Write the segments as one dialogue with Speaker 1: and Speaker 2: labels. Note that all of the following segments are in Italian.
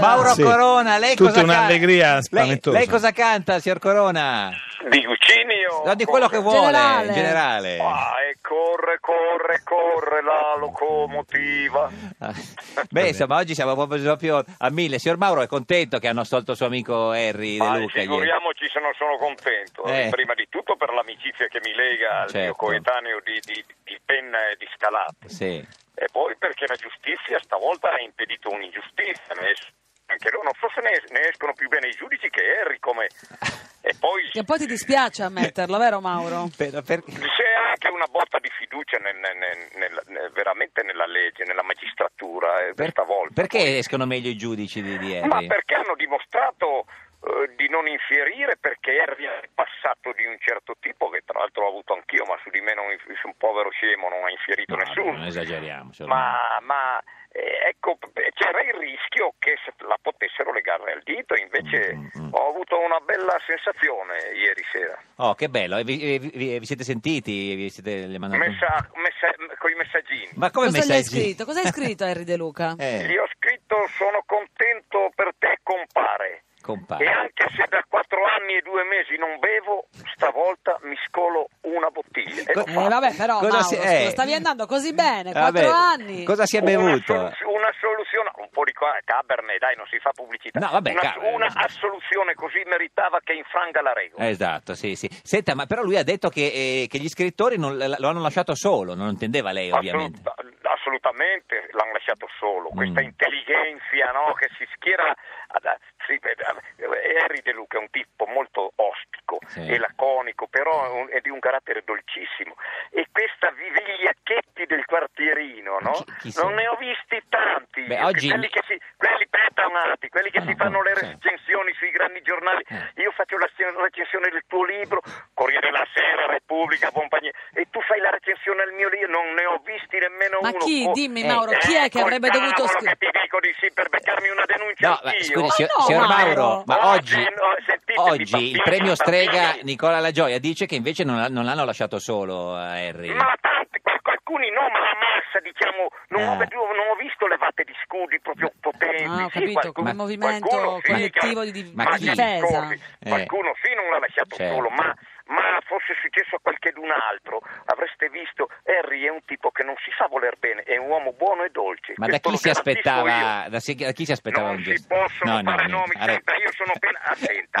Speaker 1: Mauro
Speaker 2: Sì.
Speaker 1: Corona, lei
Speaker 2: Tutta
Speaker 1: cosa canta?
Speaker 2: un'allegria
Speaker 1: lei,
Speaker 2: spaventosa.
Speaker 1: lei cosa canta, signor Corona?
Speaker 3: Di Guccini o...
Speaker 1: No, di quello che
Speaker 3: corre?
Speaker 1: vuole,
Speaker 4: Generale.
Speaker 1: in generale.
Speaker 3: Ah, e corre, corre, corre la locomotiva.
Speaker 1: Ah, Beh, insomma, oggi siamo proprio, proprio a mille. Signor Mauro è contento che hanno assolto il suo amico Harry
Speaker 3: Ah,
Speaker 1: De Luca ieri.
Speaker 3: figuriamoci se non sono contento.
Speaker 1: Eh.
Speaker 3: Prima di tutto per l'amicizia che mi lega al mio
Speaker 1: Certo.
Speaker 3: coetaneo di, di- di penna e di scalate.
Speaker 1: Sì.
Speaker 3: E poi perché la giustizia stavolta ha impedito un'ingiustizia. ne es- Anche loro, non so se ne, ne escono più bene i giudici che Harry come... E poi
Speaker 4: Che un po' ti dispiace ammetterlo, vero Mauro?
Speaker 1: Per- per-
Speaker 3: c'è anche una botta di fiducia nel- nel- nel- nel- nel- veramente nella legge, nella magistratura, eh,
Speaker 1: per-
Speaker 3: questa volta.
Speaker 1: perché escono meglio i giudici di, di
Speaker 3: Ma
Speaker 1: Harry?
Speaker 3: perché hanno dimostrato eh, di non infierire perché Harry è un passato di un certo tipo che tra l'altro l'ho avuto anch'io ma su di me non, inf- su un povero scemo non ha infierito
Speaker 1: No,
Speaker 3: nessuno
Speaker 1: non esageriamo. signor Mauro.
Speaker 3: ma, ma, eh, ecco eh, c'era il rischio che se la potessero legare al dito invece
Speaker 1: Mm, mm, mm.
Speaker 3: ho avuto una bella sensazione ieri sera
Speaker 1: Oh, che bello. E Vi, e vi- vi- vi siete sentiti? Vi siete le mandate...
Speaker 3: Messa- messa- con i messaggini
Speaker 1: Ma come
Speaker 4: Cosa gli hai
Speaker 1: messaggi?
Speaker 4: scritto? Cosa hai scritto a Henry De Luca?
Speaker 1: Eh,
Speaker 3: gli ho scritto sono contento per te compare E
Speaker 1: compare.
Speaker 3: anche se da quattro anni e due mesi non bevo, stavolta mi scolo una bottiglia. Ecco, E
Speaker 1: Co-
Speaker 3: l'ho
Speaker 4: Eh,
Speaker 3: fatto.
Speaker 4: vabbè, però
Speaker 1: Cosa
Speaker 4: Mauro,
Speaker 1: si-
Speaker 4: scusa,
Speaker 1: eh.
Speaker 4: stavi andando così bene, quattro
Speaker 1: Vabbè,
Speaker 4: anni.
Speaker 1: Cosa si è
Speaker 3: Una
Speaker 1: bevuto?
Speaker 3: soluz- Una soluzione, un po' di qua, Cabernet, dai, non si fa pubblicità.
Speaker 1: No, vabbè,
Speaker 3: una,
Speaker 1: Cabernet.
Speaker 3: una assoluzione così meritava che infranga la regola.
Speaker 1: Esatto, sì, sì. Senta, ma però lui ha detto che, eh, che gli scrittori non- la- lo hanno lasciato solo, non intendeva lei ovviamente.
Speaker 3: Assolut- assolutamente l'hanno lasciato solo. Questa
Speaker 1: Mm.
Speaker 3: intelligenza no, che si schiera. ad- sì, beh, eh, Harry De Luca è un tipo molto ostico
Speaker 1: Sì.
Speaker 3: e laconico, però è un- è di un carattere dolcissimo. E questa vivigliacchetti del quartierino, no?
Speaker 1: Chi- chi sono?
Speaker 3: non ne ho visti tanti.
Speaker 1: Bè, oggi-
Speaker 3: Quelli che si. Quelli, aspetta un attimo, quelli che
Speaker 1: Ah,
Speaker 3: si
Speaker 1: no,
Speaker 3: fanno le
Speaker 1: sì.
Speaker 3: recensioni sui grandi giornali.
Speaker 1: Eh.
Speaker 3: Io faccio la la recensione del tuo libro, Corriere della Sera, Repubblica, compagnia, e tu fai la recensione al mio libro, non ne ho visti nemmeno
Speaker 4: Ma
Speaker 3: uno.
Speaker 4: chi,
Speaker 3: Oh,
Speaker 4: dimmi
Speaker 1: eh,
Speaker 4: Mauro, chi è che
Speaker 3: ecco
Speaker 4: avrebbe
Speaker 3: il
Speaker 4: dovuto
Speaker 3: cavolo
Speaker 4: scrivere?
Speaker 3: che ti dico di sì per beccarmi una denuncia
Speaker 1: No, ma
Speaker 3: anch'io.
Speaker 1: scusi,
Speaker 4: Ma
Speaker 1: signor,
Speaker 4: Oh, no,
Speaker 1: signor
Speaker 4: Mauro.
Speaker 1: Mauro, ma
Speaker 3: Oggi
Speaker 1: oggi,
Speaker 3: no, sentitemi,
Speaker 1: oggi
Speaker 3: bambini,
Speaker 1: il premio strega
Speaker 3: bambini.
Speaker 1: Nicola La Gioia dice che invece non, ha- non l'hanno lasciato solo a Harry.
Speaker 3: Ma tanti, qual- alcuni no, ma la massa, diciamo, non, ho,
Speaker 1: Ah.
Speaker 3: vedu- non ho visto levate di scudi proprio potenti.
Speaker 4: Eh. Ah, ho
Speaker 3: Sì,
Speaker 4: capito, come movimento
Speaker 3: qualcuno sì,
Speaker 4: collettivo
Speaker 3: che-
Speaker 4: di- di-
Speaker 1: Ma
Speaker 3: ma
Speaker 1: chi?
Speaker 3: che
Speaker 4: difesa.
Speaker 3: discorsi.
Speaker 1: Eh.
Speaker 3: Qualcuno sì non l'ha lasciato
Speaker 1: Certo.
Speaker 3: solo, ma, ma fosse successo a qualchedun altro, avreste visto, Harry è un tipo che non si sa voler bene, è un uomo buono e dolce.
Speaker 1: Ma da
Speaker 3: Questo
Speaker 1: chi
Speaker 3: lo
Speaker 1: si
Speaker 3: garantisco io.
Speaker 1: aspettava, da, si- da chi si aspettava
Speaker 3: Non
Speaker 1: un
Speaker 3: si
Speaker 1: gesto?
Speaker 3: possono fare
Speaker 1: niente.
Speaker 3: nomi,
Speaker 1: Ha ra-
Speaker 3: senta, io sono appena- attenta,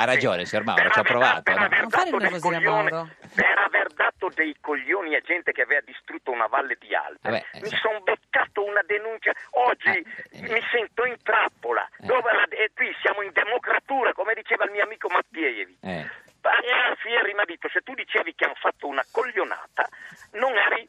Speaker 1: Ha ragione, signor Mauro,
Speaker 3: Per
Speaker 1: ci ho
Speaker 3: aver-
Speaker 1: provato.
Speaker 3: per
Speaker 1: no?
Speaker 3: aver
Speaker 4: Non fare
Speaker 3: dato
Speaker 4: il
Speaker 3: del
Speaker 4: nervoso,
Speaker 3: coglione-
Speaker 4: Mauro.
Speaker 3: Per aver dato dei coglioni a gente che aveva distrutto una valle di Alpe,
Speaker 1: Vabbè, eh,
Speaker 3: mi
Speaker 1: sì.
Speaker 3: sono beccato una denuncia. Oggi
Speaker 1: Eh, eh,
Speaker 3: mi sento in trappola.
Speaker 1: Eh.
Speaker 3: Dove la- e qui siamo in democratura, come diceva il mio amico Mattievi.
Speaker 1: Eh.
Speaker 3: Ma- E anzi, eri mi ha detto, se tu dicevi che hanno fatto una coglionata, non eri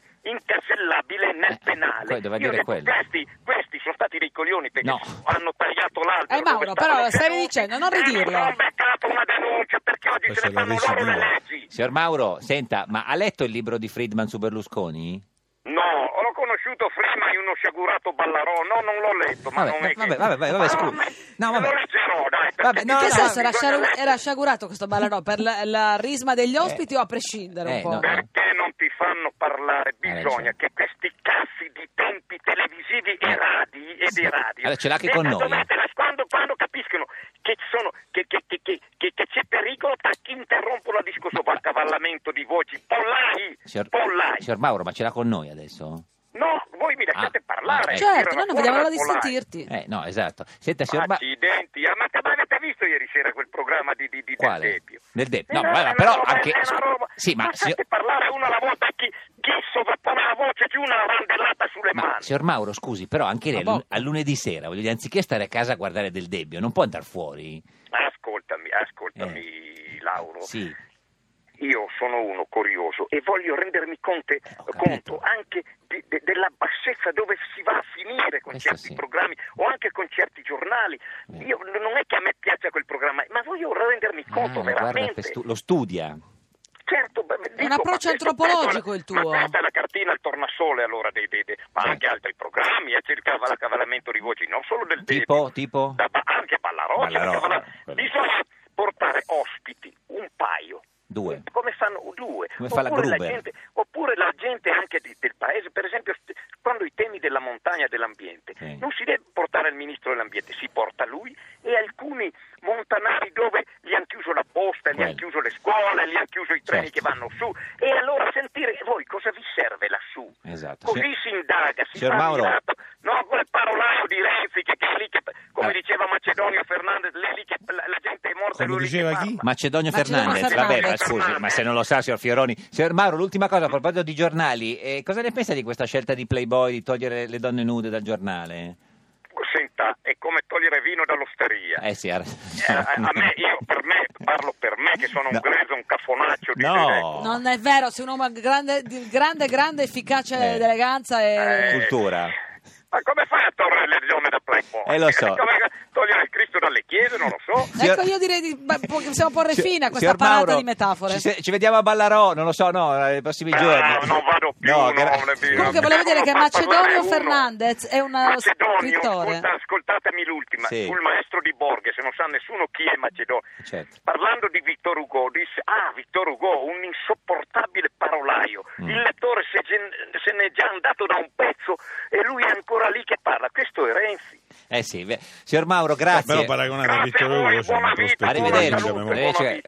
Speaker 3: incasellabile nel
Speaker 1: Eh,
Speaker 3: penale.
Speaker 1: que- doveva
Speaker 3: Io ho
Speaker 1: dire
Speaker 3: detto,
Speaker 1: quello.
Speaker 3: Questi, questi sono stati dei coglioni perché
Speaker 1: No.
Speaker 3: hanno tagliato l'albero.
Speaker 4: Eh, Mauro,
Speaker 3: dove stavano
Speaker 4: però stavi
Speaker 3: seduti
Speaker 4: dicendo, non
Speaker 3: e Eh, mi
Speaker 4: ridirlo.
Speaker 3: sono beccato una denuncia perché oggi
Speaker 2: Questo
Speaker 3: se ne
Speaker 2: lo
Speaker 3: fanno
Speaker 2: dici
Speaker 3: loro
Speaker 2: tu.
Speaker 3: le leggi.
Speaker 1: Signor Mauro, senta, ma ha letto il libro di Friedman su Berlusconi?
Speaker 3: No, l'ho conosciuto prima in uno sciagurato ballarò, no, non l'ho letto, ma
Speaker 1: Vabbè,
Speaker 3: non è
Speaker 1: vabbè,
Speaker 3: che...
Speaker 1: vabbè, vabbè,
Speaker 3: Ma
Speaker 1: scusi.
Speaker 3: non-
Speaker 1: No, vabbè.
Speaker 3: Lo leggerò, dai, perché
Speaker 1: Vabbè,
Speaker 3: mi
Speaker 1: no,
Speaker 4: In
Speaker 1: no,
Speaker 3: piace,
Speaker 4: che senso
Speaker 3: bisogna
Speaker 4: era, sciaru-
Speaker 3: leggere.
Speaker 4: era sciagurato questo ballarò? Per la, la risma degli ospiti o a prescindere
Speaker 1: eh,
Speaker 4: un po'?
Speaker 1: no, no.
Speaker 3: Perché non ti fanno parlare?
Speaker 1: Eh,
Speaker 3: Bisogna
Speaker 1: ragione.
Speaker 3: che questi cazzi di tempi televisivi
Speaker 1: Eh.
Speaker 3: e radi e
Speaker 1: Sì.
Speaker 3: di radio.
Speaker 1: Allora, ce l'ha anche
Speaker 3: eh,
Speaker 1: con noi,
Speaker 3: dovete- Quando, quando capiscono che, ci sono, che, che- che- che- che- che c'è pericolo, tac, interrompono la discussione. Ma cavallamento di voci, pollai,
Speaker 1: Signor,
Speaker 3: pollai.
Speaker 1: signor Mauro, ma ce l'ha con noi adesso?
Speaker 3: No, voi mi lasciate
Speaker 1: Ah,
Speaker 3: parlare.
Speaker 1: eh.
Speaker 4: Certo,
Speaker 3: Era
Speaker 4: noi non
Speaker 3: una
Speaker 4: vediamo
Speaker 3: guerra
Speaker 4: l'ora di
Speaker 3: polare.
Speaker 4: sentirti.
Speaker 1: Eh, no, esatto. Senta, signor Ma-
Speaker 3: Accidenti, ah, ma ma avete visto ieri sera quel programma di, di, di
Speaker 1: Quale?
Speaker 3: Del Eh, Deppio?
Speaker 1: Del Deppio. No,
Speaker 3: Era
Speaker 1: vabbè,
Speaker 3: una
Speaker 1: però
Speaker 3: roba,
Speaker 1: anche-
Speaker 3: era una roba.
Speaker 1: Sì, ma
Speaker 3: Lasciate
Speaker 1: signor-
Speaker 3: parlare uno alla volta chi, chi sovrappone la voce di una randellata sulle
Speaker 1: Ma,
Speaker 3: mani.
Speaker 1: signor Mauro, scusi, però anche lei
Speaker 4: Ma
Speaker 1: lu-
Speaker 4: boh.
Speaker 1: a lunedì sera, voglio dire, anziché stare a casa a guardare del debbio, non può andare fuori? eh.
Speaker 3: Ascoltami, ascoltami, Lauro.
Speaker 1: Sì.
Speaker 3: Io sono uno curioso e voglio rendermi conte-
Speaker 1: Eh, ho capito.
Speaker 3: conto anche di- de- della bassezza dove si va a finire con
Speaker 1: Questo
Speaker 3: certi
Speaker 1: sì.
Speaker 3: programmi o anche con certi giornali.
Speaker 1: Eh.
Speaker 3: Io, non è che a me piaccia quel programma, ma voglio rendermi conto
Speaker 1: Ah, guarda,
Speaker 3: veramente.
Speaker 1: per stu- lo studia.
Speaker 3: Certo, beh, dico,
Speaker 4: un approccio
Speaker 3: ma questo-
Speaker 4: antropologico il tuo.
Speaker 3: Ma questa è la cartina al tornasole allora dei, dei- dei- ma anche altri programmi, eh, c'è il caval- cavallamento di voci, non solo del
Speaker 1: Tipo,
Speaker 3: debito,
Speaker 1: tipo?
Speaker 3: da- ma anche Ballaroccia,
Speaker 1: Ballaroccia,
Speaker 3: cavala-
Speaker 1: quello.
Speaker 3: bisogna portare ospiti, un paio.
Speaker 1: Due.
Speaker 3: Come fanno due?
Speaker 1: Come fa la
Speaker 3: oppure,
Speaker 1: Gruber.
Speaker 3: gente, oppure la gente anche di- del paese, per esempio st- quando i temi della montagna e dell'ambiente,
Speaker 1: Sì.
Speaker 3: non si deve portare il ministro dell'ambiente, si porta lui ha chiuso i treni
Speaker 1: Certo.
Speaker 3: che vanno su. E allora sentire voi cosa vi serve lassù?
Speaker 1: Esatto.
Speaker 3: Così
Speaker 1: Sì.
Speaker 3: si indaga, si
Speaker 1: Signor
Speaker 3: fa
Speaker 1: Mauro.
Speaker 3: mirato. No, quel parolaio di Renzi che, che è lì che, come
Speaker 1: Ah.
Speaker 3: diceva Macedonio Fernandez, lei lì che la, la gente è morta e
Speaker 2: Come
Speaker 3: lui lì che
Speaker 2: diceva
Speaker 3: parla.
Speaker 2: chi?
Speaker 1: Macedonio
Speaker 4: Macedonio
Speaker 1: Fernandez,
Speaker 4: Fernandez.
Speaker 1: vabbè, ma scusi, ma se non lo sa, signor Fioroni. Signor Mauro, l'ultima cosa a proposito di giornali, eh, cosa ne pensa di questa scelta di Playboy di togliere le donne nude dal giornale?
Speaker 3: Senta, è come togliere vino dall'osteria.
Speaker 1: Eh sì, ha-
Speaker 3: Eh, a- a me, io, per me, parlo per me che sono un
Speaker 1: No.
Speaker 3: grezzo, un cafonaccio di
Speaker 1: No.
Speaker 4: Non è vero, sei un uomo grande, di grande, grande efficacia
Speaker 1: Eh.
Speaker 4: ed eleganza e...
Speaker 3: Eh.
Speaker 1: Cultura.
Speaker 3: Ma come fai a tornare le donne da Playboy?
Speaker 1: Eh, lo so.
Speaker 3: Come togliere il Cristo dalle chiese, non lo so.
Speaker 1: Signor-
Speaker 4: Ecco, io direi di beh, po- che possiamo porre
Speaker 1: Si-
Speaker 4: fine a
Speaker 1: signor
Speaker 4: questa
Speaker 1: Mauro,
Speaker 4: parata di metafore.
Speaker 1: Ci, se- ci vediamo a Ballarò, non lo so, no, nei prossimi
Speaker 3: Eh, No,
Speaker 1: giorni.
Speaker 3: non vado più, no,
Speaker 1: gra-
Speaker 3: non è vero.
Speaker 4: Comunque volevo dire che
Speaker 3: Non posso
Speaker 4: Macedonio
Speaker 3: parlare uno.
Speaker 4: Fernandez è un
Speaker 3: Macedonio,
Speaker 4: scrittore.
Speaker 3: ascolta- ascoltatemi l'ultima,
Speaker 1: Sì.
Speaker 3: il maestro di Borges, non sa nessuno chi è Macedonio.
Speaker 1: Certo.
Speaker 3: Parlando di Vittor Hugo, disse, ah Vittor Hugo, un insopportabile parolaio,
Speaker 1: Mm.
Speaker 3: il lettore se, gen- se n'è già andato da un pezzo e lui è ancora lì che parla, questo è Renzi.
Speaker 1: Eh sì, beh. signor Mauro, grazie.
Speaker 2: Però paragonare a
Speaker 3: Grazie a
Speaker 2: Vittorio
Speaker 3: voi,
Speaker 2: Hugo c'è una
Speaker 3: buona vita,
Speaker 2: prospettiva che
Speaker 3: buona
Speaker 1: Arrivederci.
Speaker 2: abbiamo
Speaker 3: salute,
Speaker 1: Arrivederci.